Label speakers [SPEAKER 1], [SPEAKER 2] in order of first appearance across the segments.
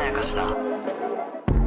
[SPEAKER 1] やかしだ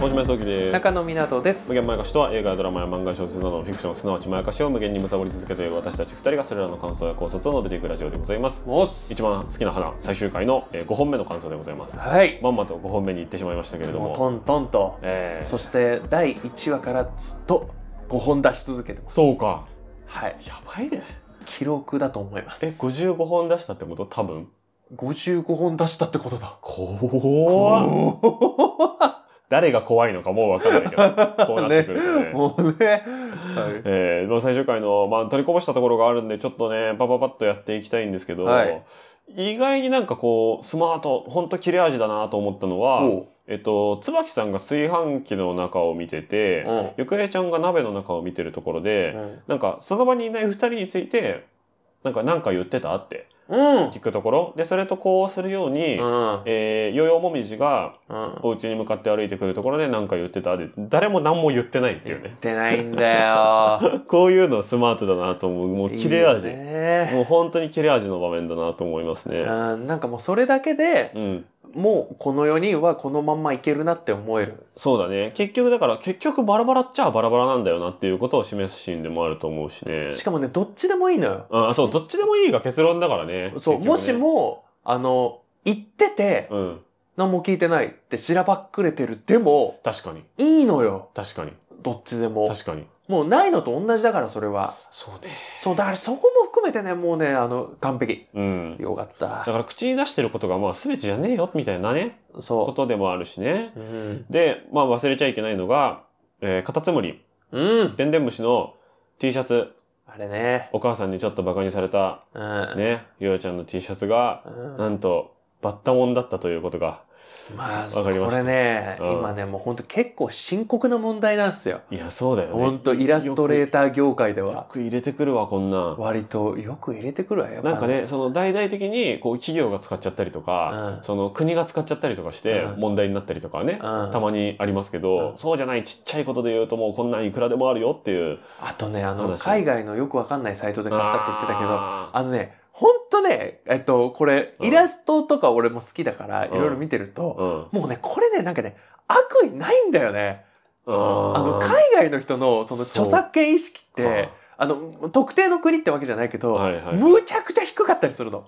[SPEAKER 2] 大島康之です
[SPEAKER 3] 中野湊です
[SPEAKER 2] 無限まやかしとは映画やドラマや漫画や小説などのフィクションすなわちまやかしを無限に貪り続けている私たち2人がそれらの感想や考察を述べていくラジオでございます
[SPEAKER 3] モス
[SPEAKER 2] 一番好きな花最終回の5本目の感想でございます
[SPEAKER 3] はい
[SPEAKER 2] まんまと5本目に行ってしまいましたけれど
[SPEAKER 3] もう
[SPEAKER 2] も
[SPEAKER 3] トントンと、
[SPEAKER 2] えー
[SPEAKER 3] そして第1話からずっと5本出し続けてます
[SPEAKER 2] そうか
[SPEAKER 3] はい
[SPEAKER 2] やばいね
[SPEAKER 3] 記録だと思いま
[SPEAKER 2] え
[SPEAKER 3] す
[SPEAKER 2] 55本出したってこと多分
[SPEAKER 3] 55本出したってことだ
[SPEAKER 2] 怖っ誰が怖いのかもう分かんないけ どこうなってくるとね
[SPEAKER 3] もうね、
[SPEAKER 2] えー、もう最終回の、まあ、取りこぼしたところがあるんで、ちょっとね、パパパッとやっていきたいんですけど、
[SPEAKER 3] はい
[SPEAKER 2] 意外になんかこう、スマート、ほんと切れ味だなと思ったのは、
[SPEAKER 3] おう
[SPEAKER 2] えっと、椿さんが炊飯器の中を見てて、
[SPEAKER 3] うん
[SPEAKER 2] ゆくえちゃんが鍋の中を見てるところで、
[SPEAKER 3] うん
[SPEAKER 2] なんか、その場にいない二人について、なんか、なんか言ってたって
[SPEAKER 3] うん
[SPEAKER 2] 聞くところ、で、それとこうするように、
[SPEAKER 3] うん
[SPEAKER 2] えー、ヨーヨーもみじが
[SPEAKER 3] うん
[SPEAKER 2] お家に向かって歩いてくるところでなんか言ってたで、誰も何も言ってないっていうね
[SPEAKER 3] 言っ。てないんだ よ
[SPEAKER 2] こういうのスマートだなと思う。もう切れ味。
[SPEAKER 3] いいよね
[SPEAKER 2] もう本当に切れ味の場面だなと思いますね。
[SPEAKER 3] うん、なんかもうそれだけで、
[SPEAKER 2] うん。
[SPEAKER 3] もうこの4人はこのまんまいけるなって思える
[SPEAKER 2] そうだね。結局だから、結局バラバラっちゃバラバラなんだよなっていうことを示すシーンでもあると思うしね。
[SPEAKER 3] しかもねどっちでもいいのよ
[SPEAKER 2] あ、そう、どっちでもいいが結論だからね。
[SPEAKER 3] そう、
[SPEAKER 2] 結
[SPEAKER 3] も
[SPEAKER 2] 局
[SPEAKER 3] し
[SPEAKER 2] ね。
[SPEAKER 3] も、あの、言ってて、
[SPEAKER 2] うん。
[SPEAKER 3] 何も聞いてないってしらばっくれてる。でも、
[SPEAKER 2] 確かに。
[SPEAKER 3] いいのよ。
[SPEAKER 2] 確かに。
[SPEAKER 3] どっちでも。
[SPEAKER 2] 確かに。
[SPEAKER 3] もうないのと同じだから、それは。
[SPEAKER 2] そうね。
[SPEAKER 3] そう、だからそこも含めてね、もうね、あの、完璧。
[SPEAKER 2] うん。
[SPEAKER 3] よかっ
[SPEAKER 2] だ
[SPEAKER 3] た。
[SPEAKER 2] から口に出してることがまあ全てじゃねえよみたいなね、こ
[SPEAKER 3] そ
[SPEAKER 2] とでもあるしね。
[SPEAKER 3] う。うん。
[SPEAKER 2] で、まあ忘れちゃいけないのが、えー、カタツムリ、
[SPEAKER 3] うん。
[SPEAKER 2] でんでん虫の T シャツ、
[SPEAKER 3] あれね。
[SPEAKER 2] お母さんにちょっとバカにされた、
[SPEAKER 3] うん。
[SPEAKER 2] ね、ヨヨちゃんの T シャツが、
[SPEAKER 3] う、
[SPEAKER 2] なんんと、バッタモンだったということが。
[SPEAKER 3] まあ、
[SPEAKER 2] わかりま
[SPEAKER 3] こ
[SPEAKER 2] した
[SPEAKER 3] れね、
[SPEAKER 2] うん
[SPEAKER 3] 今ね、もう本当結構深刻な問題なんですよ。
[SPEAKER 2] いや、そうだよね。
[SPEAKER 3] 本当イラストレーター業界で
[SPEAKER 2] よ
[SPEAKER 3] は。
[SPEAKER 2] く入れてくるわ、こんなん。
[SPEAKER 3] 割とよく入れてくるわよ。
[SPEAKER 2] なんかね、その大々的に、こう、企業が使っちゃったりとか、
[SPEAKER 3] うん
[SPEAKER 2] その国が使っちゃったりとかして
[SPEAKER 3] う、ん
[SPEAKER 2] 問題になったりとかはね、
[SPEAKER 3] うん
[SPEAKER 2] たまにありますけど、
[SPEAKER 3] うん
[SPEAKER 2] そうじゃないちっちゃいことで言うともうこんなんいくらでもあるよっていう。
[SPEAKER 3] あとね、あの、
[SPEAKER 2] 話
[SPEAKER 3] 海外のよくわかんないサイトで買ったって言ってたけど、
[SPEAKER 2] あ
[SPEAKER 3] あのね、ほんとね、えっと、これ、
[SPEAKER 2] うん
[SPEAKER 3] イラストとか俺も好きだから、い
[SPEAKER 2] うん
[SPEAKER 3] ろいろ見てると、
[SPEAKER 2] ー
[SPEAKER 3] もうね、これね、なんかね、悪意ないんだよね。
[SPEAKER 2] うん。
[SPEAKER 3] あの、海外の人の、その、
[SPEAKER 2] そう
[SPEAKER 3] 著作権意識って、あの、特定の国ってわけじゃないけ
[SPEAKER 2] あー、
[SPEAKER 3] ど、
[SPEAKER 2] はいはい。
[SPEAKER 3] むちゃくちゃ低かったりするの。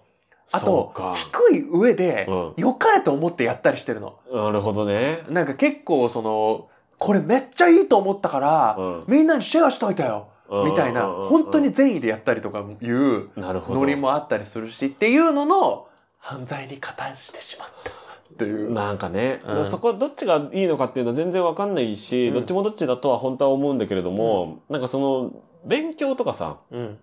[SPEAKER 3] あ
[SPEAKER 2] そ
[SPEAKER 3] と
[SPEAKER 2] うか、
[SPEAKER 3] 低い上で
[SPEAKER 2] う、ん
[SPEAKER 3] 良かれと思ってやったりしてるの。
[SPEAKER 2] なるほどね。
[SPEAKER 3] なんか結構、その、これめっちゃいいと思ったから
[SPEAKER 2] うん、
[SPEAKER 3] みんなにシェアしといたよ。みたい
[SPEAKER 2] う
[SPEAKER 3] な、
[SPEAKER 2] んうんうんうん
[SPEAKER 3] 本当に善意でやったりとかいう
[SPEAKER 2] なるほど
[SPEAKER 3] ノリもあったりするしっていうのの犯罪に加担してしまったっていう。
[SPEAKER 2] なんかね、
[SPEAKER 3] うん
[SPEAKER 2] そこどっちがいいのかっていうのは全然わかんないし、
[SPEAKER 3] うん
[SPEAKER 2] どっちもどっちだとは本当は思うんだけれども、なんかその勉強とかさ
[SPEAKER 3] うん。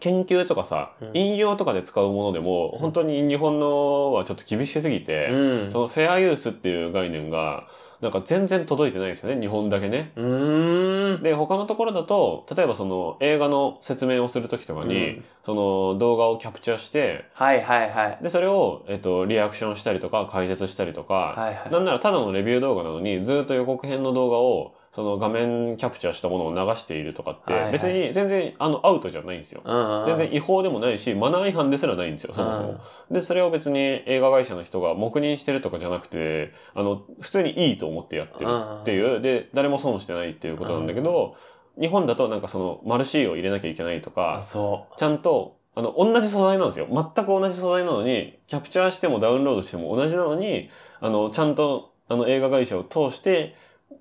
[SPEAKER 2] 研究とかさ、
[SPEAKER 3] うん
[SPEAKER 2] 引用とかで使うものでも、
[SPEAKER 3] うん
[SPEAKER 2] 本当に日本のはちょっと厳しすぎ
[SPEAKER 3] う
[SPEAKER 2] て、
[SPEAKER 3] ん。
[SPEAKER 2] そのフェアユースっていう概念がなんか全然届いてないですよね日本だけね。
[SPEAKER 3] うーん。
[SPEAKER 2] で他のところだと例えばその映画の説明をする時とかに、
[SPEAKER 3] うん
[SPEAKER 2] その動画をキャプチャーして
[SPEAKER 3] はいはいはい。
[SPEAKER 2] でそれを、えっと、リアクションしたりとか解説したりとか、
[SPEAKER 3] はいはい。
[SPEAKER 2] なんならただのレビュー動画なのにずっと予告編の動画をその画面キャプチャーしたものを流しているとかって、
[SPEAKER 3] はいはい
[SPEAKER 2] 別に全然あのアウトじゃないんですよ。
[SPEAKER 3] うんうん、
[SPEAKER 2] 全然違法でもないし、マナー違反ですらないんですよ、そもそも。で、それを別に映画会社の人が黙認してるとかじゃなくて、あの、普通にいいと思ってやってるっていう、で、誰も損してないっていうことなんだけど、日本だとなんかその、マルシーを入れなきゃいけないと
[SPEAKER 3] あ、
[SPEAKER 2] か、
[SPEAKER 3] そ
[SPEAKER 2] ちゃんと、あの、同じ素材なんですよ。全く同じ素材なのに、キャプチャーしてもダウンロードしても同じなのに、あの、ちゃんと、あの、映画会社を通して、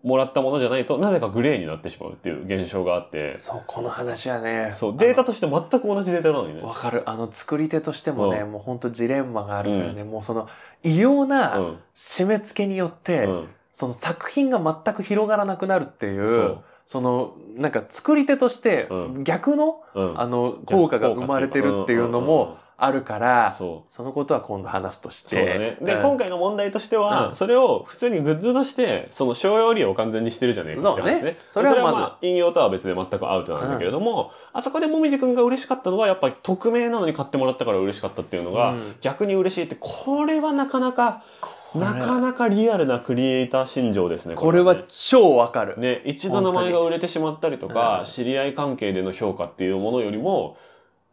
[SPEAKER 2] もらったものじゃないと、なぜかグレーになってしまうっていう現象があって
[SPEAKER 3] う。、そう、この話はね。
[SPEAKER 2] そう、データ
[SPEAKER 3] あ
[SPEAKER 2] として全く同じデータなのにね
[SPEAKER 3] の。。わかる。あの、作り手としてもね、
[SPEAKER 2] う
[SPEAKER 3] もう本当ジレンマがあるからね、もうその、異様
[SPEAKER 2] う。
[SPEAKER 3] なん締め付けによって、
[SPEAKER 2] うん。
[SPEAKER 3] その作品が全く広がらなくなるっていう。
[SPEAKER 2] そう。
[SPEAKER 3] そのなんか作り手として
[SPEAKER 2] う
[SPEAKER 3] 逆の,、
[SPEAKER 2] うん。
[SPEAKER 3] あの効果が生まれてるっていうのも
[SPEAKER 2] ん、
[SPEAKER 3] あるから、そ
[SPEAKER 2] そう。
[SPEAKER 3] のことは今度話すとして。
[SPEAKER 2] そうだね。で、
[SPEAKER 3] うん
[SPEAKER 2] 今回の問題としては、
[SPEAKER 3] うん
[SPEAKER 2] それを普通にグッズとして、その商用利用を完全にしてるじゃねえかって話ね。
[SPEAKER 3] そうねそれはまず
[SPEAKER 2] あ引用とは別で全くアウトなんだけれども、あそこでもみじくんが嬉しかったのは、やっぱり匿名なのに買ってもらったから嬉しかったっていうのが、
[SPEAKER 3] うん
[SPEAKER 2] 逆に嬉しいって、これはなかなか、
[SPEAKER 3] これ
[SPEAKER 2] なかなかリアルなクリエイター心情ですね。
[SPEAKER 3] これは
[SPEAKER 2] ね
[SPEAKER 3] 超わかる。
[SPEAKER 2] ね、一度名前が売れてしまったりと
[SPEAKER 3] 本当に
[SPEAKER 2] か、
[SPEAKER 3] うん
[SPEAKER 2] 知り合い関係での評価っていうものよりも、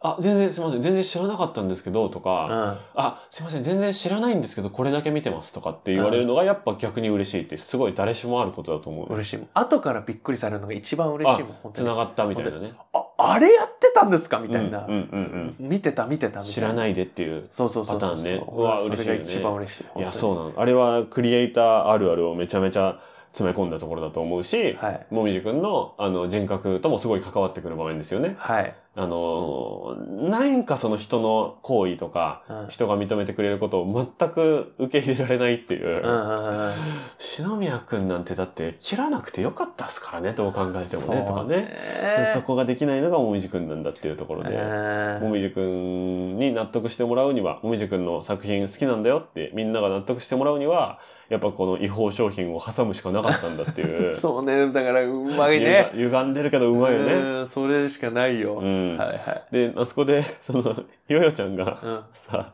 [SPEAKER 2] あ、全然すみません、全然知らなかったんですけど、とか、
[SPEAKER 3] うん。
[SPEAKER 2] あ、すいません、全然知らないんですけど、これだけ見てますとかって言われるのが、やっぱ逆に嬉しいって、すごい誰しもあることだと思う。
[SPEAKER 3] 嬉しいもん。後からびっくりされるのが一番嬉しいもん、本当
[SPEAKER 2] 繋
[SPEAKER 3] に。
[SPEAKER 2] がったみたいなね。
[SPEAKER 3] あ、あれやってたんですかみたいな
[SPEAKER 2] うん。うん
[SPEAKER 3] 見てた見てた
[SPEAKER 2] うん。
[SPEAKER 3] み
[SPEAKER 2] 知
[SPEAKER 3] たいな。
[SPEAKER 2] ら
[SPEAKER 3] い。
[SPEAKER 2] ないでっていう。
[SPEAKER 3] そうそうそうそう。
[SPEAKER 2] パターンね
[SPEAKER 3] 俺は
[SPEAKER 2] うわ
[SPEAKER 3] それ
[SPEAKER 2] 嬉しい
[SPEAKER 3] が
[SPEAKER 2] よね
[SPEAKER 3] 一番嬉しい。
[SPEAKER 2] いや、
[SPEAKER 3] 本
[SPEAKER 2] そうなの。あれはクリエイターあるあるをめちゃめちゃ詰め込んだところだと思うし
[SPEAKER 3] 当、にはい。
[SPEAKER 2] もみじくんの、あの、人格ともすごい関わってくる場面ですよね。
[SPEAKER 3] はい。
[SPEAKER 2] あの、なんかその人の行為とか、
[SPEAKER 3] うん
[SPEAKER 2] 人が認めてくれることを全く受け入れられないっていう。
[SPEAKER 3] うんうんうんうん。
[SPEAKER 2] 篠宮くんなんてだって切らなくてよかったっすからね、どう考えても
[SPEAKER 3] そう
[SPEAKER 2] ね、とかね。
[SPEAKER 3] ね
[SPEAKER 2] そこができないのがもみじくんなんだっていうところで。
[SPEAKER 3] ね
[SPEAKER 2] もみじくんに納得してもらうには、もみじくんの作品好きなんだよってみんなが納得してもらうには、やっぱこの違法商品を挟むしかなかったんだっていう。
[SPEAKER 3] そうね。だから、うまい
[SPEAKER 2] 歪
[SPEAKER 3] ね。
[SPEAKER 2] ん歪んでるけどうまいよね。
[SPEAKER 3] うん。それしかない
[SPEAKER 2] う
[SPEAKER 3] よ。はい
[SPEAKER 2] ん。
[SPEAKER 3] はい。
[SPEAKER 2] で、あそこで、その、ヨヨちゃんが、
[SPEAKER 3] うん
[SPEAKER 2] さ、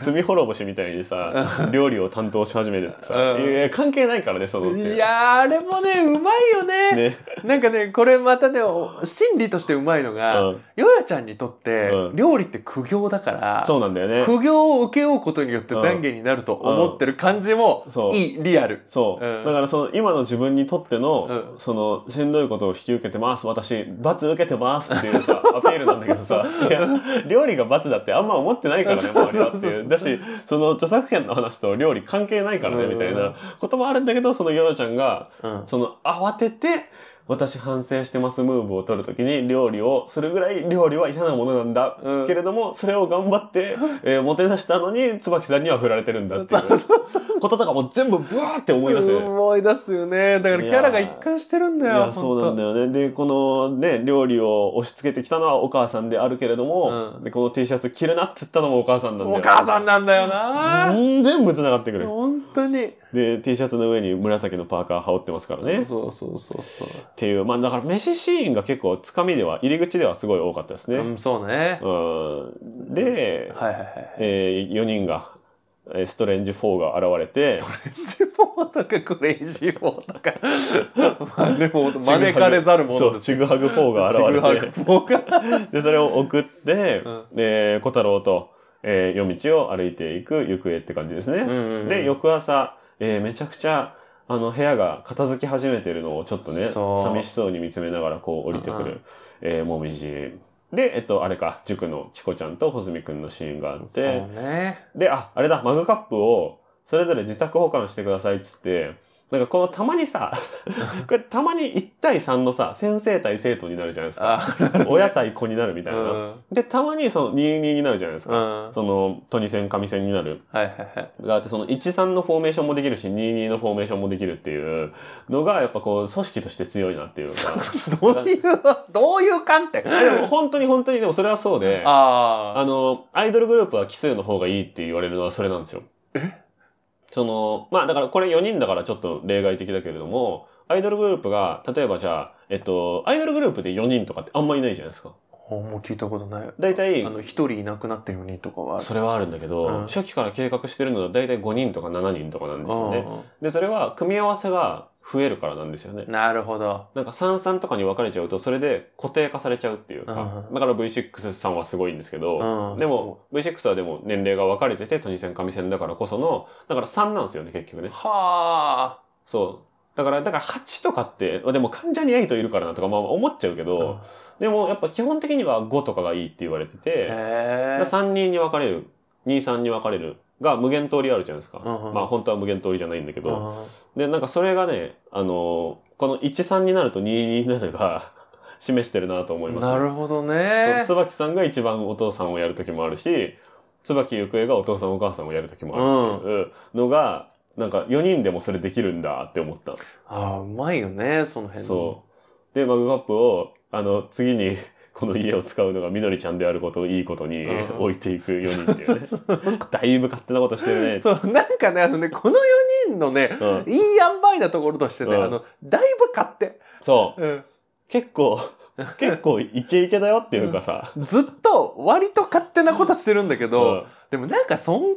[SPEAKER 2] 罪滅ぼしみたいにさ、料理を担当し始めるってさ、
[SPEAKER 3] うん
[SPEAKER 2] いやいや関係ないからね、そのっていう
[SPEAKER 3] いやーあれもねうまいよね
[SPEAKER 2] ね。
[SPEAKER 3] なんかねこれまたねお心理としてうまいのが、
[SPEAKER 2] うん
[SPEAKER 3] ヨヤちゃんにとって、
[SPEAKER 2] うん
[SPEAKER 3] 料理って苦行だから
[SPEAKER 2] そうなんだよね。
[SPEAKER 3] 苦行を受け負うことによって懺悔になると思ってる感じも
[SPEAKER 2] うんそう
[SPEAKER 3] いいリアル。
[SPEAKER 2] そう、
[SPEAKER 3] うん
[SPEAKER 2] だからその今の自分にとっての、
[SPEAKER 3] うん
[SPEAKER 2] そのしんどいことを引き受けてます私罰受けてますっていう さアピールなんだけどさいや料理が罰だってあんま思ってないからね周りはっていうだしその著作権の話と料理関係ないからね、
[SPEAKER 3] うん
[SPEAKER 2] みたいなこともあるんだけどそのヨヨちゃんが
[SPEAKER 3] うん
[SPEAKER 2] その慌てて私反省してますムーブを取るときに料理をするぐらい料理は嫌なものなんだ、
[SPEAKER 3] うん
[SPEAKER 2] けれどもそれを頑張って、えーもてなしたのに椿さんには振られてるんだっていうこととかも全部ブワーって思い出す。
[SPEAKER 3] 思い出すよね。だからキャラが一貫してるんだ
[SPEAKER 2] い
[SPEAKER 3] よ。
[SPEAKER 2] や、そうなんだ
[SPEAKER 3] よ。
[SPEAKER 2] よね。で、このね、料理を押し付けてきたのはお母さんであるけれども、
[SPEAKER 3] うん
[SPEAKER 2] でこの T シャツ着るなっつったのもお母さんなんだよ。
[SPEAKER 3] お母さんなんだよな。
[SPEAKER 2] うん全部繋がってくる。
[SPEAKER 3] 本当に。
[SPEAKER 2] で、T シャツの上に紫のパーカー羽織ってますからね。
[SPEAKER 3] そうそうそうそう。
[SPEAKER 2] っていう、まあだから飯シーンが結構つかみでは、入り口ではすごい多かったです
[SPEAKER 3] う
[SPEAKER 2] ね。
[SPEAKER 3] ん、そうね。
[SPEAKER 2] うん、で、
[SPEAKER 3] はいはいはい。
[SPEAKER 2] え4人が、えーストレンジ4が現れて、
[SPEAKER 3] レンジボーとかクレイジーボーと か。まあでも、招かれざるも
[SPEAKER 2] そ
[SPEAKER 3] の
[SPEAKER 2] う、
[SPEAKER 3] です。
[SPEAKER 2] チグハグ4が現れて、
[SPEAKER 3] ちぐはぐ棒が。
[SPEAKER 2] で、それを送って、
[SPEAKER 3] うん
[SPEAKER 2] えー小太郎と、えー夜道を歩いていく行方って感じですね。で、翌朝、えーめちゃくちゃ、あの、部屋が片付き始めてるのをちょっとね、
[SPEAKER 3] そう
[SPEAKER 2] 寂しそうに見つめながらこう降りてく
[SPEAKER 3] うんう
[SPEAKER 2] る、えーもみじ。で、えっと、あれか、塾のチコちゃんと穂積くんのシーンがあっ
[SPEAKER 3] そう
[SPEAKER 2] て、
[SPEAKER 3] ね。
[SPEAKER 2] で、あ、あれだ、マグカップを、それぞれ自宅保管してくださいっつって、なんかこのたまに さ、これたまに1対3のさ、先生対生徒になるじゃないですか。
[SPEAKER 3] あ、
[SPEAKER 2] 親対子になるみた
[SPEAKER 3] う
[SPEAKER 2] いな。
[SPEAKER 3] ん。うん。
[SPEAKER 2] で、たまにその22になるじゃないですか。
[SPEAKER 3] はい
[SPEAKER 2] その、トニセン、カミセンになる。
[SPEAKER 3] はいはい。
[SPEAKER 2] があって、その13のフォーメーションもできるし、22のフォーメーションもできるっていうのが、やっぱこう、組織として強いなっていうか。
[SPEAKER 3] どういう、どういう観点
[SPEAKER 2] でも本当に本当に、でもそれはそうで、あ
[SPEAKER 3] ああ。
[SPEAKER 2] の、アイドルグループは奇数の方がいいって言われるのはそれなんですよ。その、まあだからこれ4人だからちょっと例外的だけれども、アイドルグループが、例えばじゃあ、えっと、アイドルグループで4人とかってあんまいないじゃないですか。
[SPEAKER 3] あもう聞いたことない。
[SPEAKER 2] 大体
[SPEAKER 3] あの、一人いなくなった4人とかはある。
[SPEAKER 2] それはあるんだけど、
[SPEAKER 3] うん
[SPEAKER 2] 初期から計画してるのは大体5人とか7人とかなんですよね。
[SPEAKER 3] う
[SPEAKER 2] で、それは組み合わせが増えるからなんですよね
[SPEAKER 3] ん。なるほど。
[SPEAKER 2] なんか33とかに分かれちゃうと、それで固定化されちゃうっていうか、
[SPEAKER 3] うん
[SPEAKER 2] だから V6 さんはすごいんですけど、
[SPEAKER 3] うん
[SPEAKER 2] でも V6 はでも年齢が分かれてて、トニセン、カミセンだからこその、だから3なんですよね、結局ね
[SPEAKER 3] そう。は
[SPEAKER 2] そう。だから、だから8とかって、まあでも患者に8いるからなとか、まあ思っちゃうけ
[SPEAKER 3] あ。
[SPEAKER 2] ど、でもやっぱ基本的には5とかがいいって言われてて、
[SPEAKER 3] へえ。
[SPEAKER 2] 3人に分かれる23に分かれるが無限通りあるじゃないですか、
[SPEAKER 3] うんうん
[SPEAKER 2] まあ本当は無限通りじゃないんだけど、
[SPEAKER 3] うん
[SPEAKER 2] でなんかそれがねあのーこの13になると22になるが 示してるなと思います、
[SPEAKER 3] なるほどね。
[SPEAKER 2] そう椿さんが一番お父さんをやる時もあるし椿ゆくえがお父さんお母さんをやる時もあるっていうのが、なんか4人でもそれできるんだって思った
[SPEAKER 3] ああ、うまいよね、その辺の。
[SPEAKER 2] そうでマグカップをあの次に この家を使うのがみどりちゃんであることをいいことに
[SPEAKER 3] うん
[SPEAKER 2] 置いていく4人っていう ね。だいぶ勝手なことしてるね。
[SPEAKER 3] そう、なんかね、あのね、この4人のね、
[SPEAKER 2] うん、
[SPEAKER 3] いい塩梅なところとしてね、
[SPEAKER 2] うん
[SPEAKER 3] あの、だいぶ勝手。
[SPEAKER 2] そう。
[SPEAKER 3] うん
[SPEAKER 2] 結構、結構イケイケだよっていうかさ。
[SPEAKER 3] ずっと、割と勝手なことしてるんだけ
[SPEAKER 2] う
[SPEAKER 3] ど、
[SPEAKER 2] ん
[SPEAKER 3] でもなんか、そんくらいの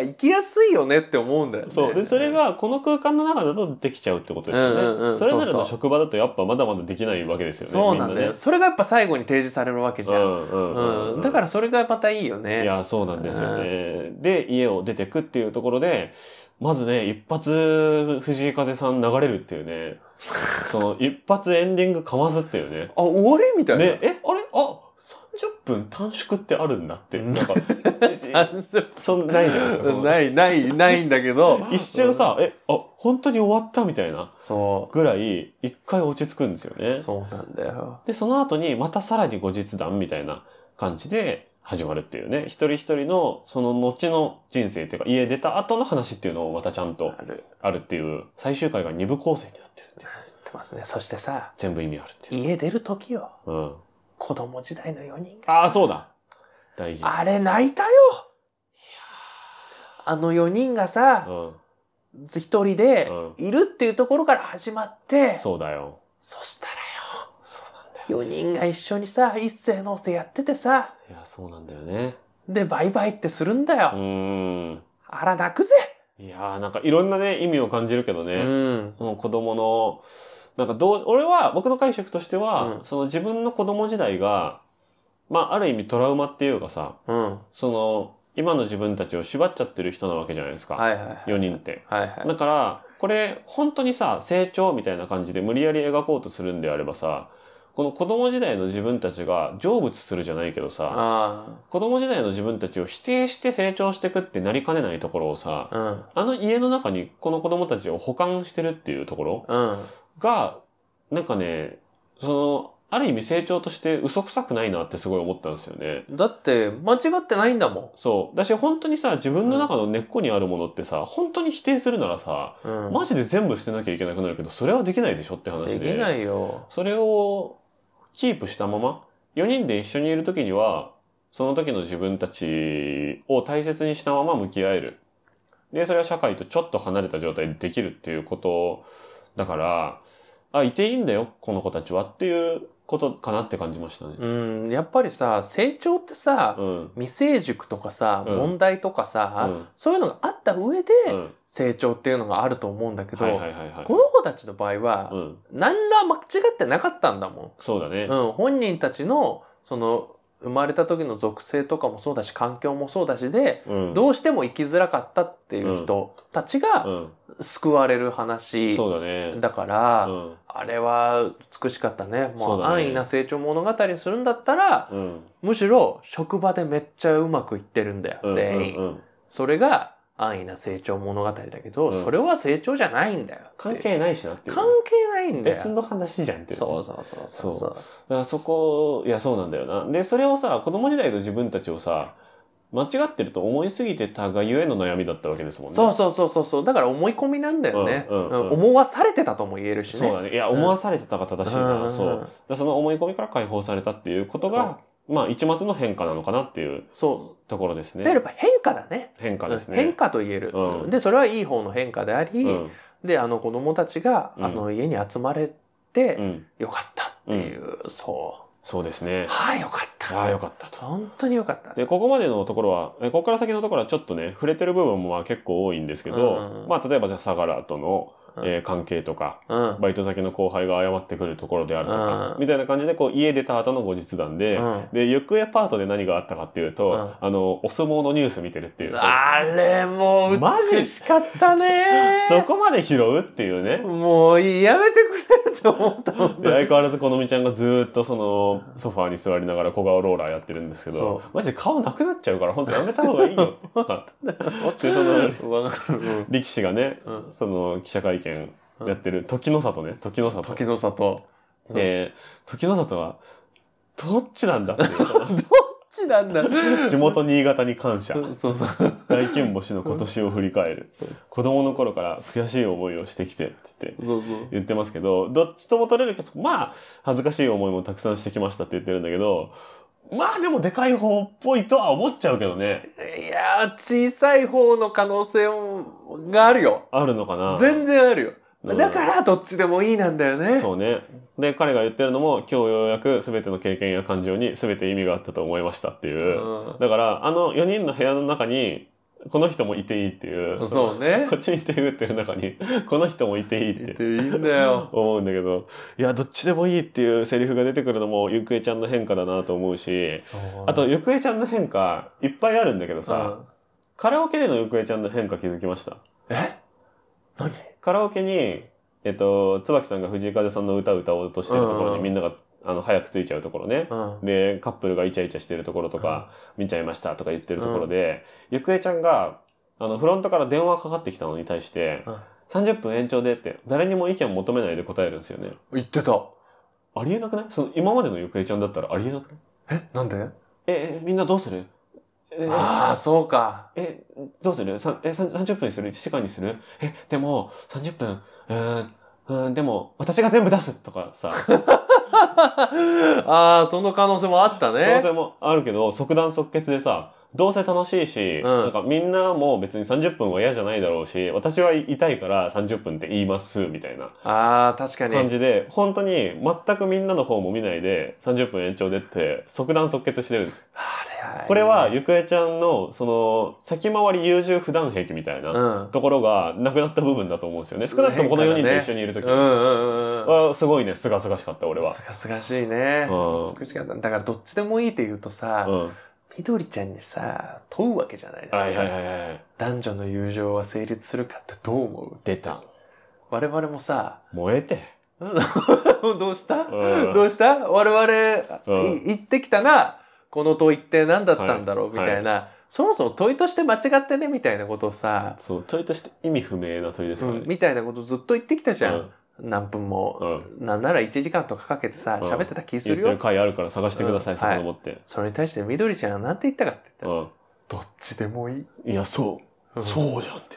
[SPEAKER 3] 方が生きやすいよねって思うんだよね。
[SPEAKER 2] そう。で、それがこの空間の中だとできちゃうってことですよね。
[SPEAKER 3] うんうんうん
[SPEAKER 2] それぞれ
[SPEAKER 3] そう
[SPEAKER 2] の
[SPEAKER 3] そう
[SPEAKER 2] 職場だとやっぱまだまだできないわけですよね。
[SPEAKER 3] そうなんだよ、
[SPEAKER 2] み
[SPEAKER 3] それがやっぱ最後に提示されるわけじ
[SPEAKER 2] なね
[SPEAKER 3] ゃ、
[SPEAKER 2] うんんうんうん
[SPEAKER 3] う、
[SPEAKER 2] うんん。
[SPEAKER 3] だからそれがまたいいよね
[SPEAKER 2] いや、そうなんですよね。で、家を出てくっていうところで、まずね、一発、藤井風さん流れるっていうね。 その、一発エンディングかますっていうね。
[SPEAKER 3] あ終わりみたいな、
[SPEAKER 2] ね、え、あれあ、30分短縮ってあるんだって。なん か、え
[SPEAKER 3] 30
[SPEAKER 2] そんないじゃないですか。そ
[SPEAKER 3] 分
[SPEAKER 2] の
[SPEAKER 3] ないないないんだけど
[SPEAKER 2] 一瞬さ、え、あ、本当に終わったみたいな
[SPEAKER 3] そ
[SPEAKER 2] ぐらい、一回落ち着くんですよね
[SPEAKER 3] う。そうなんだよ
[SPEAKER 2] で、その後にまたさらに後日談みたいな感じで始まるっていうね。一人一人のその後の人生っていうか、家出た後の話っていうのをまたちゃんと
[SPEAKER 3] ある
[SPEAKER 2] あるっていう、最終回が二部構成になってるっていう。
[SPEAKER 3] ってますねそしてさ
[SPEAKER 2] 全部意味あるっていう。
[SPEAKER 3] 家出る時よ
[SPEAKER 2] うん。
[SPEAKER 3] 子供時代の4人が
[SPEAKER 2] ああ、そうだ大事。
[SPEAKER 3] あれ泣いたよあの4人が
[SPEAKER 2] う
[SPEAKER 3] さ
[SPEAKER 2] ん。
[SPEAKER 3] 一人で
[SPEAKER 2] うん
[SPEAKER 3] いるっていうところから始まって、
[SPEAKER 2] そうだよ。
[SPEAKER 3] そした
[SPEAKER 2] そうなんだ
[SPEAKER 3] らよ4人が一緒にさ一斉のせやっててさ
[SPEAKER 2] よ。いや、そうなんだよね。
[SPEAKER 3] でバイバイってするんだよ
[SPEAKER 2] う、ーん。
[SPEAKER 3] あら泣くぜ
[SPEAKER 2] いやー、なんかいろんなね、意味を感じるけどね。
[SPEAKER 3] うん。
[SPEAKER 2] その子供の、なんかどう、俺は、僕の解釈としては、
[SPEAKER 3] うん
[SPEAKER 2] その自分の子供時代が、まあ、ある意味トラウマっていうかさ、
[SPEAKER 3] うん。は
[SPEAKER 2] その、今の自分たちを縛っちゃってる人なわけじゃないです
[SPEAKER 3] い
[SPEAKER 2] か。
[SPEAKER 3] はいはい。
[SPEAKER 2] 4人って。
[SPEAKER 3] はいはい。
[SPEAKER 2] だから、これ、本当にさ、成長みたいな感じで無理やり描こうとするんであればさ、この子供時代の自分たちが成仏するじゃないけどさ、
[SPEAKER 3] あ
[SPEAKER 2] 子供時代の自分たちを否定して成長してくってなりかねないところをさ、
[SPEAKER 3] あ。
[SPEAKER 2] あの家の中にこの子供たちを保管してるっていうところ
[SPEAKER 3] うん。うん。
[SPEAKER 2] が、なんかね、その、ある意味成長として嘘くさくないなってすごい思ったんですよね。
[SPEAKER 3] だって、間違ってないんだも
[SPEAKER 2] そう。だし本当にさ、自分の中の根っこにあるものってさ、本当に否定するならさ、
[SPEAKER 3] ん。うん。
[SPEAKER 2] マジで全部捨てなきゃいけなくなるけど、それはできないでしょって話で。
[SPEAKER 3] できないよ。
[SPEAKER 2] それをキープしたまま、4人で一緒にいる時には、その時の自分たちを大切にしたまま向き合える。で、それは社会とちょっと離れた状態でできるっていうことだから、あ、いていいんだよ、この子たちはっていうことかなって感じましたね。
[SPEAKER 3] うん。やっぱりさ、成長っ
[SPEAKER 2] う
[SPEAKER 3] てさ、
[SPEAKER 2] ん。うん。
[SPEAKER 3] 未成熟とかさ、
[SPEAKER 2] うん
[SPEAKER 3] 問題とか
[SPEAKER 2] う
[SPEAKER 3] さ、
[SPEAKER 2] ん。
[SPEAKER 3] そういうのがあった上で、成長っていうのがあると思うんだけど
[SPEAKER 2] はい、はいはいはい。
[SPEAKER 3] この子たちの場合
[SPEAKER 2] う
[SPEAKER 3] は、
[SPEAKER 2] ん。
[SPEAKER 3] 何ら間違ってなかったんだもん。
[SPEAKER 2] そうだね。
[SPEAKER 3] うん、本人たちのその生まれた時の属性とかもそうだし環境もそうだしで
[SPEAKER 2] うん。
[SPEAKER 3] どうしても生きづらかったっていう人たちが
[SPEAKER 2] う
[SPEAKER 3] 救われる
[SPEAKER 2] ん。
[SPEAKER 3] 話
[SPEAKER 2] そうだね。
[SPEAKER 3] だから、
[SPEAKER 2] うん。
[SPEAKER 3] あれは美しかったね。も
[SPEAKER 2] そううだね
[SPEAKER 3] 安易な成長物語するんだったら
[SPEAKER 2] うん。
[SPEAKER 3] むしろ職場でめっちゃうまくいってるんだよ、
[SPEAKER 2] うん
[SPEAKER 3] 全員、
[SPEAKER 2] うんうん
[SPEAKER 3] それが安易な成長物語だけど、
[SPEAKER 2] うん
[SPEAKER 3] それは成長じゃないんだよって
[SPEAKER 2] 関係ないしなっていうね。
[SPEAKER 3] 関係ないんだよ。
[SPEAKER 2] 別の話じゃんっていうね。
[SPEAKER 3] そうそうそうそうそう。
[SPEAKER 2] だからそこ、いや、そうなんだよな。で、それをさ、子供時代の自分たちをさ、間違ってると思いすぎてたがゆえの悩みだったわけですもんね。
[SPEAKER 3] そうそうそうそうそうだから思い込みなんだよね、
[SPEAKER 2] うんうんうん
[SPEAKER 3] うん思わされてたとも言えるしね
[SPEAKER 2] そうだね。いや、思わされてたが正しいな、
[SPEAKER 3] うん
[SPEAKER 2] そう。だからその思い込みから解放されたっていうことが、まあ、一末の変化なのかなっていう
[SPEAKER 3] そ
[SPEAKER 2] ところです
[SPEAKER 3] う
[SPEAKER 2] ね
[SPEAKER 3] だ。からやっぱ変化だね
[SPEAKER 2] 変化ですね。
[SPEAKER 3] 変化と言える、
[SPEAKER 2] うん
[SPEAKER 3] でそれはいい方の変化であり、
[SPEAKER 2] うん。
[SPEAKER 3] であの子供たちが、
[SPEAKER 2] うん
[SPEAKER 3] あの家に集まれ
[SPEAKER 2] う
[SPEAKER 3] て
[SPEAKER 2] ん。
[SPEAKER 3] よかったっていう、そ
[SPEAKER 2] そうです
[SPEAKER 3] う
[SPEAKER 2] ね。
[SPEAKER 3] はい、よかった
[SPEAKER 2] ああ、よかったと。
[SPEAKER 3] 本当によかった
[SPEAKER 2] で、ここまでのところは、えここから先のところはちょっとね、触れてる部分もまあ結構多いんですけ
[SPEAKER 3] うん
[SPEAKER 2] ど
[SPEAKER 3] う、ん
[SPEAKER 2] まあ、例えばじゃあ、相良との、
[SPEAKER 3] うん
[SPEAKER 2] えー関係とか、
[SPEAKER 3] うんうん
[SPEAKER 2] バイト先の後輩が謝ってくるところであるとか
[SPEAKER 3] う、ん
[SPEAKER 2] みたいな感じで、こう、家出た後の後日談で、で、行方パートで何があったかっていうと、
[SPEAKER 3] うん
[SPEAKER 2] あの、お相撲のニュース見てるっていう。
[SPEAKER 3] あれもう
[SPEAKER 2] マジ
[SPEAKER 3] 美しかったね
[SPEAKER 2] そこまで拾うっていうね。
[SPEAKER 3] も うやめてくれると思 った本当に
[SPEAKER 2] で、相変わらずこのみちゃんがずーっとその、ソファーに座りながら小顔ローラーやってるんですけ
[SPEAKER 3] そ
[SPEAKER 2] ど、マジで顔なくなっちゃうから、本当やめた方がいいよ。で、その、
[SPEAKER 3] わかる
[SPEAKER 2] 力士がね、
[SPEAKER 3] うん
[SPEAKER 2] その、記者会見やってる、時の里ね、時の里。
[SPEAKER 3] 時の里
[SPEAKER 2] で、時の里は、どっちなんだっていう。
[SPEAKER 3] どっちジなんだ。
[SPEAKER 2] 地元新潟に感謝。
[SPEAKER 3] そうそう。
[SPEAKER 2] 大金星の今年を振り返る。子供の頃から悔しい思いをしてきて、つって
[SPEAKER 3] そうそう。
[SPEAKER 2] 言ってますけど、どっちとも取れるけど、まあ、恥ずかしい思いもたくさんしてきましたって言ってるんだけど、まあでもでかい方っぽいとは思っちゃうけどね。
[SPEAKER 3] いやー、小さい方の可能性があるよ。
[SPEAKER 2] あるのかな
[SPEAKER 3] 全然ある
[SPEAKER 2] う
[SPEAKER 3] よ。
[SPEAKER 2] ん
[SPEAKER 3] だから、どっちでもいいなんだよね。
[SPEAKER 2] そうね。で、彼が言ってるのも、今日ようやく全ての経験や感情に全て意味があったと思いましたっていう。
[SPEAKER 3] うん
[SPEAKER 2] だから、あの4人の部屋の中に、この人もいていいっていう。
[SPEAKER 3] そうね
[SPEAKER 2] こ。っちに手振ってる中に、この人もいていいっ
[SPEAKER 3] 言ってていいんだよ。
[SPEAKER 2] 思うんだけど、いや、どっちでもいいっていうセリフが出てくるのも、ゆくえちゃんの変化だなと思うし、あと、ゆくえちゃんの変化、いっぱいあるんだけどさ、
[SPEAKER 3] さ、
[SPEAKER 2] カラオケでのゆくえちゃんの変化気づきました。
[SPEAKER 3] え何
[SPEAKER 2] カラオケに、えっと、椿さんが藤井風さんの歌を歌おうとしてるところ
[SPEAKER 3] う
[SPEAKER 2] に
[SPEAKER 3] ん
[SPEAKER 2] みんなが、あの、早く着いちゃうところね。
[SPEAKER 3] うん。
[SPEAKER 2] で、カップルがイチャイチャしてるところとか、見ちゃいましたとか言ってるところで、ゆくえちゃんが、あの、フロントから電話かかってきたのに対して、
[SPEAKER 3] うん
[SPEAKER 2] 30分延長でって、誰にも意見求めないで答えるんですよね。
[SPEAKER 3] 言ってた。
[SPEAKER 2] ありえなくないその、今までのゆくえちゃんだったらありえなくない
[SPEAKER 3] えなんで
[SPEAKER 2] え、え、みんなどうするえ
[SPEAKER 3] ああ、そうか。
[SPEAKER 2] え、どうするさんえ、さん30分にする ?1 時間にするえ、でも、30分、うーん、うーん、でも、私が全部出すとかさ、
[SPEAKER 3] ああ、その可能性もあった
[SPEAKER 2] 当
[SPEAKER 3] ね。
[SPEAKER 2] 然もあるけど、即断即決でさ、どうせ楽しいし、
[SPEAKER 3] ん
[SPEAKER 2] なんかみんなも別に30分は嫌じゃないだろうし、私は痛いから30分って言います、みたいな
[SPEAKER 3] ああ、確か
[SPEAKER 2] 感
[SPEAKER 3] に。
[SPEAKER 2] じで、本当に全くみんなの方も見ないで、30分延長でって、即断即決してるんです。
[SPEAKER 3] あれ
[SPEAKER 2] これは、、ゆくえちゃんの、その、先回り優柔不断癖みたいな、
[SPEAKER 3] うん。
[SPEAKER 2] ところがなくなった部分だと思うんですよね。少なくともこの4人と一緒にいるとき、
[SPEAKER 3] うんうんうん。
[SPEAKER 2] はすごいね、すがすがしかった、俺は。
[SPEAKER 3] すがすがしいね。
[SPEAKER 2] うん
[SPEAKER 3] 美しかった。だからどっちでもいいって言うと
[SPEAKER 2] う
[SPEAKER 3] さ、
[SPEAKER 2] ん。は
[SPEAKER 3] みどりちゃんにさ、問うわけじゃないです
[SPEAKER 2] い
[SPEAKER 3] か。
[SPEAKER 2] はいはいはい。
[SPEAKER 3] 男女の友情は成立するかってどう思う
[SPEAKER 2] 出た。
[SPEAKER 3] 我々 もさ、
[SPEAKER 2] 燃えて。
[SPEAKER 3] どうした
[SPEAKER 2] うん
[SPEAKER 3] どうした我々、
[SPEAKER 2] うん
[SPEAKER 3] い言ってきたな、この問いって何だったんだろう
[SPEAKER 2] はい
[SPEAKER 3] みたいな、そもそも問いとして間違ってねみたいなことをさ、
[SPEAKER 2] そう、問いとして意味不明な問いですから
[SPEAKER 3] うん
[SPEAKER 2] ね。
[SPEAKER 3] みたいなことずっと言ってきたじゃん。
[SPEAKER 2] うん
[SPEAKER 3] 何
[SPEAKER 2] う
[SPEAKER 3] 分も、
[SPEAKER 2] ん。
[SPEAKER 3] なんなら1時間とかかけてさ、
[SPEAKER 2] うん
[SPEAKER 3] 喋ってた気す
[SPEAKER 2] 言っ
[SPEAKER 3] る
[SPEAKER 2] て
[SPEAKER 3] よ。
[SPEAKER 2] る回あるから探してください、
[SPEAKER 3] うん
[SPEAKER 2] さかのって。
[SPEAKER 3] それに対してみどりちゃんは何て言ったかって言ったら、
[SPEAKER 2] う
[SPEAKER 3] どっちでもいい。
[SPEAKER 2] ん。いや、そうう。
[SPEAKER 3] ん
[SPEAKER 2] そうじゃんって。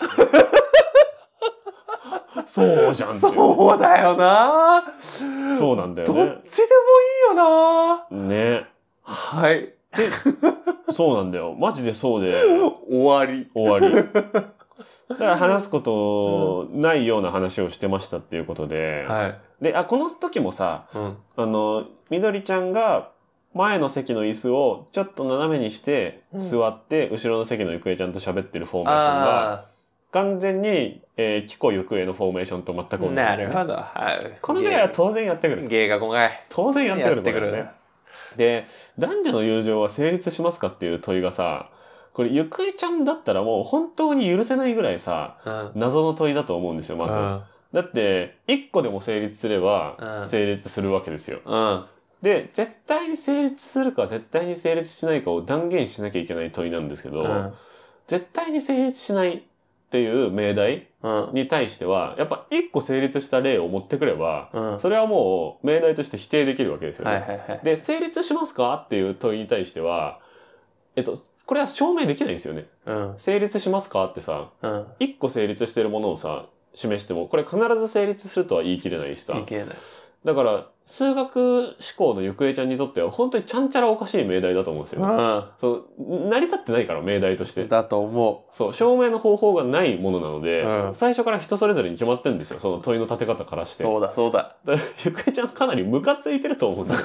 [SPEAKER 2] そうじゃんって。
[SPEAKER 3] そうだよな
[SPEAKER 2] そうなんだよ
[SPEAKER 3] ど
[SPEAKER 2] ね
[SPEAKER 3] っ。ちでもいいよな
[SPEAKER 2] ね。
[SPEAKER 3] はい。
[SPEAKER 2] そうなんだよ。マジでそうで。
[SPEAKER 3] 終わり。
[SPEAKER 2] 終わり。だから話すことないような話をしてましたっていうことで。
[SPEAKER 3] はい。
[SPEAKER 2] で、あ、この時もさ、
[SPEAKER 3] うん。
[SPEAKER 2] あの、みどりちゃんが前の席の椅子をちょっと斜めにして
[SPEAKER 3] うん
[SPEAKER 2] 座って、後ろの席のゆくえちゃんと喋ってるフォーメーションが、
[SPEAKER 3] あ
[SPEAKER 2] 完全に、えー、キコゆくえのフォーメーションと全く
[SPEAKER 3] あ
[SPEAKER 2] 同じ、
[SPEAKER 3] なるほど。はい。
[SPEAKER 2] このぐらいは当然やってくる。
[SPEAKER 3] 芸が今回
[SPEAKER 2] 当然やってくる。
[SPEAKER 3] や
[SPEAKER 2] これはね。で、男女の友情は成立しますかっていう問いがさ、これ、ゆくえちゃんだったらもう本当に許せないぐらいさ、
[SPEAKER 3] うん。
[SPEAKER 2] 謎の問いだと思うんですよ、まず。だって、一個でも成立すれば
[SPEAKER 3] う、ん
[SPEAKER 2] 成立するわけですよ。
[SPEAKER 3] うん。
[SPEAKER 2] で、絶対に成立するか、絶対に成立しないかを断言しなきゃいけない問いなんですけど、
[SPEAKER 3] うん。
[SPEAKER 2] 絶対に成立しないっていう命題
[SPEAKER 3] うん。
[SPEAKER 2] に対しては、やっぱ一個成立した例を持ってくれば、
[SPEAKER 3] うん。
[SPEAKER 2] それはもう命題として否定できるわけですよね。
[SPEAKER 3] はいはいはい。
[SPEAKER 2] で、成立しますかっていう問いに対しては、えっと、これは証明できないんですよね。
[SPEAKER 3] うん。
[SPEAKER 2] 成立しますかってさ、
[SPEAKER 3] うん。
[SPEAKER 2] 一個成立してるものをさ、示しても、これ必ず成立するとは言い切れないしさ
[SPEAKER 3] い。けない。
[SPEAKER 2] だから、数学思考のゆくえちゃんにとっては、本当にちゃんちゃらおかしい命題だと思うんですよね。
[SPEAKER 3] う
[SPEAKER 2] そう、成り立ってないから、命題として
[SPEAKER 3] ん。。だと思
[SPEAKER 2] そう、証明の方法がないものなので、
[SPEAKER 3] うん
[SPEAKER 2] 最初から人それぞれに決まってるんですよ、その問いの立て方から
[SPEAKER 3] う。
[SPEAKER 2] して。
[SPEAKER 3] そうだそうだ。
[SPEAKER 2] だからゆくえちゃんかなりムカついてると思うんだよ。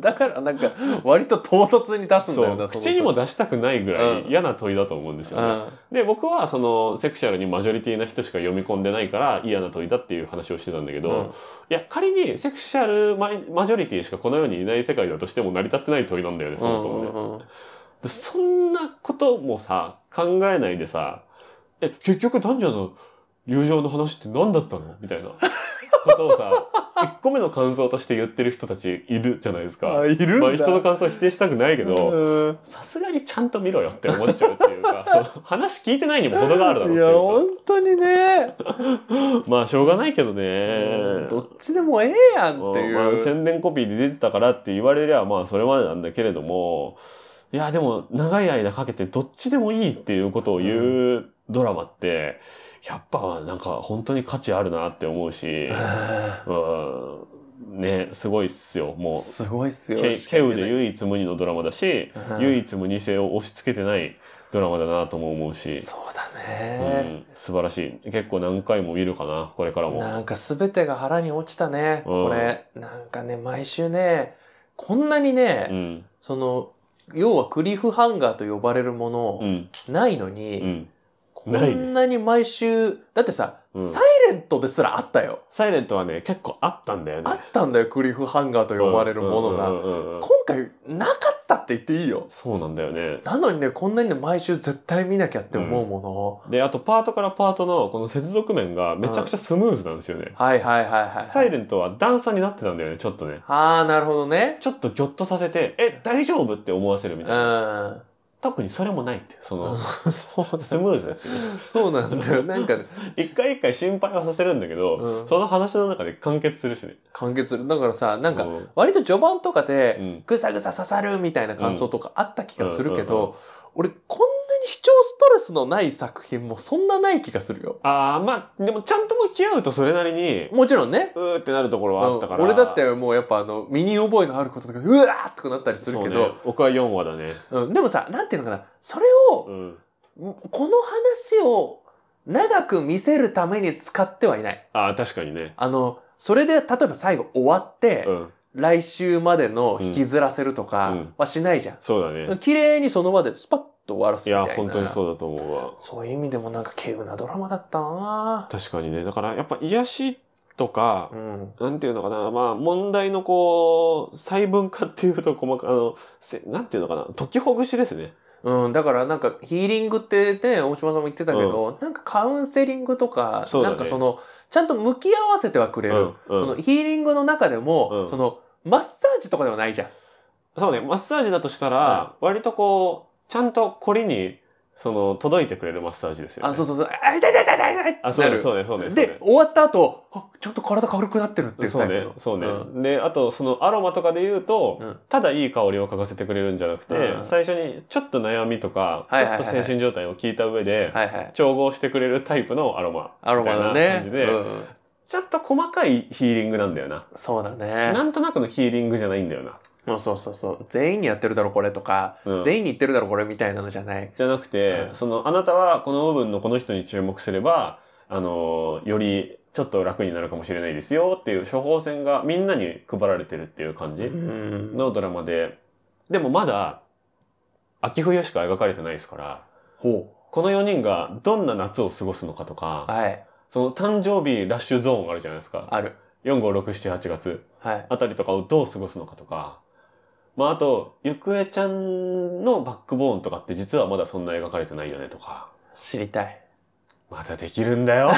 [SPEAKER 3] だからなんか割と唐突に出すんだよな。
[SPEAKER 2] そう口にも出したくないぐら
[SPEAKER 3] う
[SPEAKER 2] い
[SPEAKER 3] ん
[SPEAKER 2] 嫌な問いだと思うんです
[SPEAKER 3] う
[SPEAKER 2] よね。で、
[SPEAKER 3] ん。
[SPEAKER 2] 僕はそのセクシャルにマジョリティな人しか読み込んでないから嫌な問いだっていう話をしてたんだけど、
[SPEAKER 3] うん
[SPEAKER 2] いや、仮にセクシャルマイマジョリティしかこの世にいない世界だとしても成り立ってない問いなんだよね、そもそもね。
[SPEAKER 3] うん
[SPEAKER 2] でそんなこともさ、考えないでさ、え、結局男女の友情の話って何だったのみたい なことをさ、1個目の感想として言ってる人たちいるじゃないですか。
[SPEAKER 3] あいるんだ
[SPEAKER 2] まあ人の感想を否定したくないけど、
[SPEAKER 3] うん
[SPEAKER 2] さすがにちゃんと見ろよって思っちゃうっていうか、その話聞いてないにも程があるだろうっ
[SPEAKER 3] い
[SPEAKER 2] て
[SPEAKER 3] や
[SPEAKER 2] いう
[SPEAKER 3] 本当にね、
[SPEAKER 2] か。まあ、しょうがないけどね。
[SPEAKER 3] どっちでもええやんって
[SPEAKER 2] まあ
[SPEAKER 3] いう。
[SPEAKER 2] 宣伝コピーで出てたからって言われりゃ、まあ、それまでなんだけれども、いや、でも、長い間かけてどっちでもいいっていうことを言うドラマって、やっぱなんか本当に価値あるなって思う し、うん、ね、すごいっすよ。もう、
[SPEAKER 3] すごいっすよ。
[SPEAKER 2] ケケウで唯一無二のドラマだし、
[SPEAKER 3] うん
[SPEAKER 2] 唯一無二性を押し付けてないドラマだなとも思うし、
[SPEAKER 3] そうだ
[SPEAKER 2] う
[SPEAKER 3] ね。
[SPEAKER 2] ん、素晴らしい。結構何回も見るかな、これからも。
[SPEAKER 3] なんか全てが腹に落ちたね、
[SPEAKER 2] うん
[SPEAKER 3] これ。なんかね、毎週ね、こんなにね、
[SPEAKER 2] うん、
[SPEAKER 3] その、要はクリフハンガーと呼ばれるも
[SPEAKER 2] う
[SPEAKER 3] の、
[SPEAKER 2] ん、
[SPEAKER 3] ないのに、
[SPEAKER 2] うん。
[SPEAKER 3] こんなに毎週、だってさ、
[SPEAKER 2] うん
[SPEAKER 3] サイレントですらあったよ。
[SPEAKER 2] サイレントはね、結構あったんだよね。
[SPEAKER 3] あったんだよ、クリフハンガーと呼ばれるものが。
[SPEAKER 2] うんうんうんうんうん
[SPEAKER 3] 今回、なかったって言っていいよ。
[SPEAKER 2] そうなんだよね。
[SPEAKER 3] なのにね、こんなにね、毎週絶対見なきゃって思うものを。
[SPEAKER 2] で、あとパートからパートのこの接続面がめちゃくちゃスムーズなんですよね。
[SPEAKER 3] はいはいはいはい。
[SPEAKER 2] サイレントは段差になってたんだよね、ちょっとね。
[SPEAKER 3] ああ、なるほどね。
[SPEAKER 2] ちょっとギョッとさせて、え、大丈夫って思わせるみ
[SPEAKER 3] う
[SPEAKER 2] たいな。
[SPEAKER 3] ん。
[SPEAKER 2] 特にそれもないっていう、その、
[SPEAKER 3] そ う
[SPEAKER 2] スムーズっていうね。
[SPEAKER 3] そうなんだよ。なんかね、
[SPEAKER 2] 一回一回心配はさせるんだけど、
[SPEAKER 3] う ん
[SPEAKER 2] その話の中で完結するしね。
[SPEAKER 3] 完結する。だからさ、なん
[SPEAKER 2] う
[SPEAKER 3] か、割と序盤とか
[SPEAKER 2] う
[SPEAKER 3] で、
[SPEAKER 2] ん。
[SPEAKER 3] ぐさぐさ刺さるみたいな感想とかあった気がす
[SPEAKER 2] う
[SPEAKER 3] るけ
[SPEAKER 2] んうんうん
[SPEAKER 3] ど、俺、こんなに視聴ストレスのない作品もそんなない気がするよ。
[SPEAKER 2] ああ、まあ、でもちゃんと向き合うとそれなりに、
[SPEAKER 3] もちろんね。
[SPEAKER 2] うーってなるところはあったから。
[SPEAKER 3] うん俺だってもうやっぱあの、身に覚えのあることとか、うわーっとかなったりするけ
[SPEAKER 2] そう
[SPEAKER 3] ど
[SPEAKER 2] ね、僕は4話だね。
[SPEAKER 3] うん、でもさ、なんていうのかな、それ
[SPEAKER 2] う
[SPEAKER 3] を、
[SPEAKER 2] ん。
[SPEAKER 3] この話を長く見せるために使ってはいない。
[SPEAKER 2] ああ、確かにね。
[SPEAKER 3] あの、それで例えば最後終わって、
[SPEAKER 2] うん。
[SPEAKER 3] 来週までの引きずらせると
[SPEAKER 2] うんう
[SPEAKER 3] か
[SPEAKER 2] ん
[SPEAKER 3] はしないじゃん。
[SPEAKER 2] そうだね。
[SPEAKER 3] 綺麗にその場でスパッと終わらす
[SPEAKER 2] い
[SPEAKER 3] みたい
[SPEAKER 2] や、
[SPEAKER 3] な。
[SPEAKER 2] 本当にそうだと思うわ。
[SPEAKER 3] そういう意味でもなんか稀有なドラマだったな
[SPEAKER 2] 確かにね。だからやっぱ癒しとか、
[SPEAKER 3] うん。
[SPEAKER 2] なんていうのかな、まあ問題のこう、細分化っていうと細か、あの、せなんていうのかな、解きほぐしですね。
[SPEAKER 3] うん、だからなんかヒーリングってね、大島さんも言ってたけど、なんかカウンセリングとか、
[SPEAKER 2] そうだ
[SPEAKER 3] な
[SPEAKER 2] ね
[SPEAKER 3] んかその、ちゃんと向き合わせてはくれ
[SPEAKER 2] う
[SPEAKER 3] る。
[SPEAKER 2] ん、う
[SPEAKER 3] その
[SPEAKER 2] ん。
[SPEAKER 3] ヒーリングの中でも、
[SPEAKER 2] うん
[SPEAKER 3] その、マッサージとかではないじゃん。
[SPEAKER 2] そうね、マッサージだとしたら、割とこう、ちゃんとこりに、その、届いてくれるマッサージですよね。
[SPEAKER 3] あ、そうそうそう、あ、痛い痛い痛い痛い痛い
[SPEAKER 2] あ、
[SPEAKER 3] っ
[SPEAKER 2] そ
[SPEAKER 3] て
[SPEAKER 2] う
[SPEAKER 3] な
[SPEAKER 2] ね、
[SPEAKER 3] る。
[SPEAKER 2] そうね、そうね。
[SPEAKER 3] で、終わった後、あ、ちょっと体軽くなってるって
[SPEAKER 2] そうね、そうね。で、あと、そのアロマとかで言うと、
[SPEAKER 3] うん
[SPEAKER 2] ただいい香りを嗅がせてくれるんじゃなくて、
[SPEAKER 3] うん
[SPEAKER 2] 最初にちょっと悩みとか、
[SPEAKER 3] はいはいはいはい
[SPEAKER 2] ちょっと精神状態を聞いた上で、
[SPEAKER 3] はいはい。
[SPEAKER 2] 調合してくれるタイプのアロマ。
[SPEAKER 3] アロマの
[SPEAKER 2] みたい
[SPEAKER 3] ね
[SPEAKER 2] な。感じで
[SPEAKER 3] うん
[SPEAKER 2] ちょっと細かいヒーリングなんだよな。
[SPEAKER 3] そうだ
[SPEAKER 2] な
[SPEAKER 3] ね。
[SPEAKER 2] んとなくのヒーリングじゃないんだよな。
[SPEAKER 3] そうそうそうそう。全員にやってるだろこれとか、
[SPEAKER 2] うん
[SPEAKER 3] 全員に言ってるだろこれみたいなのじゃない。
[SPEAKER 2] じゃなくて、
[SPEAKER 3] うん
[SPEAKER 2] その、あなたはこの部分のこの人に注目すれば、あのー、よりちょっと楽になるかもしれないですよっていう処方箋がみんなに配られてるっていう感
[SPEAKER 3] う
[SPEAKER 2] じ
[SPEAKER 3] ん。
[SPEAKER 2] のドラマで、でもまだ、秋冬しか描かれてないですから、
[SPEAKER 3] ほ
[SPEAKER 2] この4人がどんな夏を過ごすのかと
[SPEAKER 3] う。
[SPEAKER 2] か、
[SPEAKER 3] はい。
[SPEAKER 2] その誕生日ラッシュゾーンあるじゃないですか。
[SPEAKER 3] ある。
[SPEAKER 2] 4、5、6、7、8月。
[SPEAKER 3] はい。
[SPEAKER 2] あたりとかをどう過ごすのかとか、まあ、あと、ゆくえちゃんのバックボーンとかって実はまだそんな描かれてないよねとか、
[SPEAKER 3] 知りたい。
[SPEAKER 2] まだできるんだよ。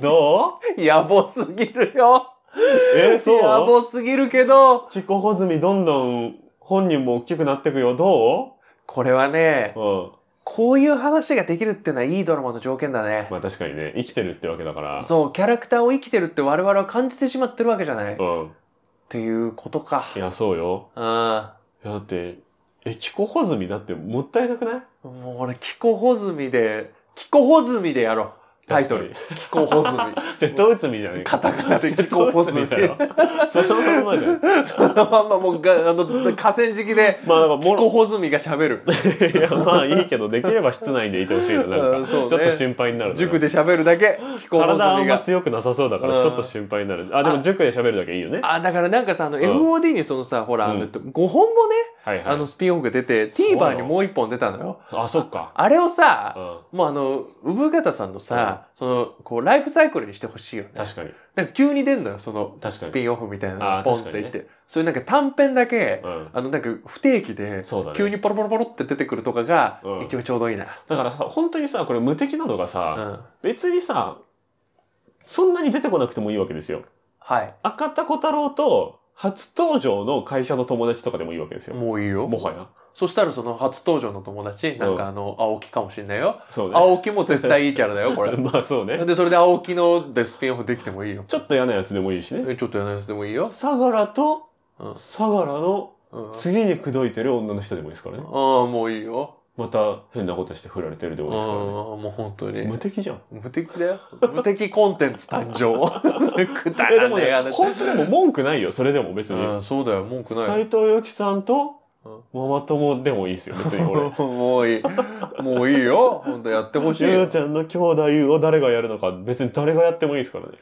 [SPEAKER 2] どう
[SPEAKER 3] 野暮すぎるよ。
[SPEAKER 2] え、
[SPEAKER 3] 野
[SPEAKER 2] そう
[SPEAKER 3] 暮すぎるけど、
[SPEAKER 2] チコホズミどんどん本人も大きくなってくよ。ど
[SPEAKER 3] これはね
[SPEAKER 2] う、うん。
[SPEAKER 3] こういう話ができるっていうのはいいドラマの条件だね。
[SPEAKER 2] まあ確かにね、生きてるってわけだから。
[SPEAKER 3] そう、キャラクターを生きてるって我々は感じてしまってるわけじゃない。っ
[SPEAKER 2] うん。
[SPEAKER 3] ていうことか。
[SPEAKER 2] いや、そうよ。
[SPEAKER 3] う
[SPEAKER 2] いや、だって、え、チコホズミだってもったいなくない
[SPEAKER 3] ん。もう俺、キコホズミで、キコホズミでやろう。タイトル。。キコホズ ミ。
[SPEAKER 2] 絶対内海じゃねえ
[SPEAKER 3] カ
[SPEAKER 2] か。
[SPEAKER 3] タカナでキコホズミ
[SPEAKER 2] だよ。そのまんまじゃん。
[SPEAKER 3] そのまんまもうがあの河川敷で
[SPEAKER 2] まあ、だから、
[SPEAKER 3] キ
[SPEAKER 2] もろ
[SPEAKER 3] コホズミが喋る
[SPEAKER 2] いや、まあいいけど、できれば室内でいてほしいな。な
[SPEAKER 3] うんん
[SPEAKER 2] か、
[SPEAKER 3] そうね
[SPEAKER 2] ちょっと心配になるな。
[SPEAKER 3] 塾で喋るだけキコホズ
[SPEAKER 2] 体あ
[SPEAKER 3] ミ
[SPEAKER 2] んま
[SPEAKER 3] が。
[SPEAKER 2] 強くなさそうだか
[SPEAKER 3] う
[SPEAKER 2] ら、
[SPEAKER 3] ん
[SPEAKER 2] ちょっと心配になる。あ、でも塾で喋るだけいい よね。
[SPEAKER 3] あだからなんかさあの
[SPEAKER 2] ん
[SPEAKER 3] FOD にそのさ、ほらあの
[SPEAKER 2] うん
[SPEAKER 3] 5本もね、
[SPEAKER 2] はいはい。
[SPEAKER 3] あのスピンオフが出て TVer にもう1本出たのよ
[SPEAKER 2] あ、そっか。
[SPEAKER 3] あれをさ、
[SPEAKER 2] うん。
[SPEAKER 3] もうあの産方さんのさ、そのこうライフサイクルにしてほしいよね
[SPEAKER 2] 確かに。
[SPEAKER 3] なんか急に出んのよその
[SPEAKER 2] 確かに
[SPEAKER 3] スピンオフみたいなの
[SPEAKER 2] あ
[SPEAKER 3] が
[SPEAKER 2] ー
[SPEAKER 3] ポンっ
[SPEAKER 2] 確
[SPEAKER 3] て
[SPEAKER 2] かに
[SPEAKER 3] 言
[SPEAKER 2] ね
[SPEAKER 3] って、そういうなんか短編だけ、
[SPEAKER 2] うん。
[SPEAKER 3] あのなんか不定期で
[SPEAKER 2] そうだね。
[SPEAKER 3] 急にポロポロポロって出てくるとかが、
[SPEAKER 2] うん
[SPEAKER 3] 一番ちょうどいいな。
[SPEAKER 2] だからさ、本当にさ、これ無敵なのが
[SPEAKER 3] う
[SPEAKER 2] さ、
[SPEAKER 3] ん。
[SPEAKER 2] 別にさ、そんなに出てこなくてもいいわけですよ。
[SPEAKER 3] はい。
[SPEAKER 2] 赤田小太郎と初登場の会社の友達とかでもいいわけですよ。
[SPEAKER 3] もういいよ。
[SPEAKER 2] もはや。
[SPEAKER 3] そしたらその初登場の友達、なん
[SPEAKER 2] う
[SPEAKER 3] かあの、青木かもしんないよ。
[SPEAKER 2] そうね。
[SPEAKER 3] 青木も絶対いいキャラだよ、 これ。
[SPEAKER 2] まあそうね。
[SPEAKER 3] で、それで青木のでスピンオフできてもいいよ。
[SPEAKER 2] ちょっと嫌なやつでもいいしね。
[SPEAKER 3] えちょっとやらないやつでもいいよ。
[SPEAKER 2] 相良と
[SPEAKER 3] うん
[SPEAKER 2] 相良の
[SPEAKER 3] うん。あ
[SPEAKER 2] 次に口説いてる女の人でもいいですからね
[SPEAKER 3] あ。ー、もういいよ。
[SPEAKER 2] また変なことして振られてるで
[SPEAKER 3] うん、
[SPEAKER 2] もいいですからね。
[SPEAKER 3] もう本当に。
[SPEAKER 2] 無敵じゃん。
[SPEAKER 3] 無敵だよ。無敵コンテンツ誕生。 くだ
[SPEAKER 2] いやで
[SPEAKER 3] ら
[SPEAKER 2] も
[SPEAKER 3] ねえ
[SPEAKER 2] ね、
[SPEAKER 3] 話。
[SPEAKER 2] 本当でも文句ないよ、それでも別に。
[SPEAKER 3] うん、そうだよ、文句ない
[SPEAKER 2] 斎。藤由貴さんと
[SPEAKER 3] うん、
[SPEAKER 2] ママ友でもいいですよ、別に 俺。
[SPEAKER 3] もういい。もういいよ。本当やってほしい
[SPEAKER 2] ゆ
[SPEAKER 3] よ。
[SPEAKER 2] うちゃんの兄弟を誰がやるのか、別に誰がやってもいいですからね。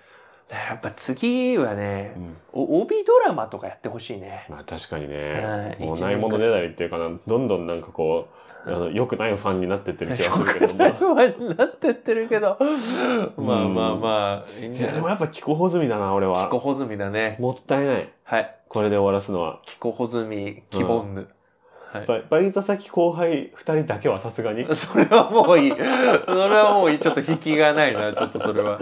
[SPEAKER 3] やっぱ次はね
[SPEAKER 2] う、ん
[SPEAKER 3] お帯ドラマとかやってほしいね。
[SPEAKER 2] まあ確かに
[SPEAKER 3] は
[SPEAKER 2] ね、
[SPEAKER 3] い
[SPEAKER 2] もう
[SPEAKER 3] 一年
[SPEAKER 2] ないもの ねだりっていうかな、どんどんなんかこう、あの、良くないファンになってってる気がするけども。
[SPEAKER 3] になってってるけど。まあまあまあ、いいん
[SPEAKER 2] い
[SPEAKER 3] じゃ
[SPEAKER 2] や、でも
[SPEAKER 3] ない
[SPEAKER 2] やっぱ気候保済みだな、俺
[SPEAKER 3] キ
[SPEAKER 2] は
[SPEAKER 3] コ。ホズミだね。
[SPEAKER 2] もったいない。
[SPEAKER 3] はい。
[SPEAKER 2] これで終わらすのは。
[SPEAKER 3] キコホズミ、キボンヌ。はい
[SPEAKER 2] バイバイト先後輩二人だけはさすが に。い
[SPEAKER 3] それはもういい。それはもういい。ちょっと引きがないな、ちょっとそれは。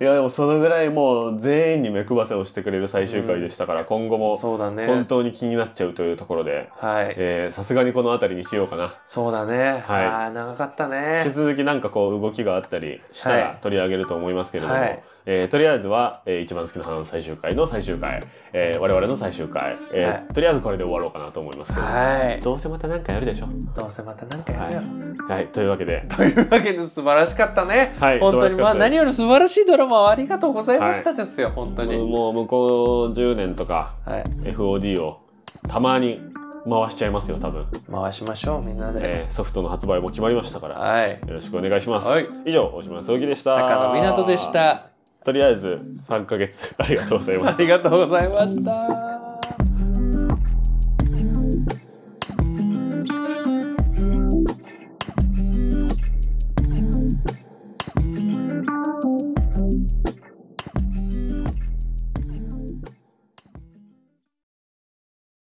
[SPEAKER 2] や、でもそのぐらいもう全員に目配せをしてくれる最終回でしたから、今後も
[SPEAKER 3] そうだ
[SPEAKER 2] 本
[SPEAKER 3] ね。
[SPEAKER 2] 当に気になっちゃうというところで、
[SPEAKER 3] はい。
[SPEAKER 2] えーさすがにこの辺りにしようかな。
[SPEAKER 3] そうだね。
[SPEAKER 2] はい
[SPEAKER 3] ああ、長かった
[SPEAKER 2] 引き
[SPEAKER 3] ね。
[SPEAKER 2] 続きなんかこう動きがあったりしたら
[SPEAKER 3] はい
[SPEAKER 2] 取り上げると思いますけれども、
[SPEAKER 3] はい
[SPEAKER 2] えーとりあえずは、えー一番好きな花の最終回の最終回、えー我々の最終回、えー
[SPEAKER 3] はい
[SPEAKER 2] とりあえずこれで終わろうかなと思いますけど、
[SPEAKER 3] はい。
[SPEAKER 2] どうせまたなんかやるでしょ。
[SPEAKER 3] どうせまた何かやるよ。
[SPEAKER 2] はい、というわけで、
[SPEAKER 3] というわけで素晴らしかったね。
[SPEAKER 2] はい
[SPEAKER 3] 本当に
[SPEAKER 2] 素晴らしかったです
[SPEAKER 3] まあ何より素晴らしいドラマをありがとうございましたですよ、本当に。
[SPEAKER 2] もう向こう10年とか
[SPEAKER 3] はい、
[SPEAKER 2] FOD をたまに回しちゃいますよ多分、
[SPEAKER 3] 回しましょうみんなで。
[SPEAKER 2] えーソフトの発売も決まりましたから
[SPEAKER 3] はい。
[SPEAKER 2] よろしくお願いします、
[SPEAKER 3] はい
[SPEAKER 2] 以上大島聡樹でした
[SPEAKER 3] 高野湊でした。
[SPEAKER 2] とりあえず3ヶ月ありがとうございました
[SPEAKER 3] ありがとうございました。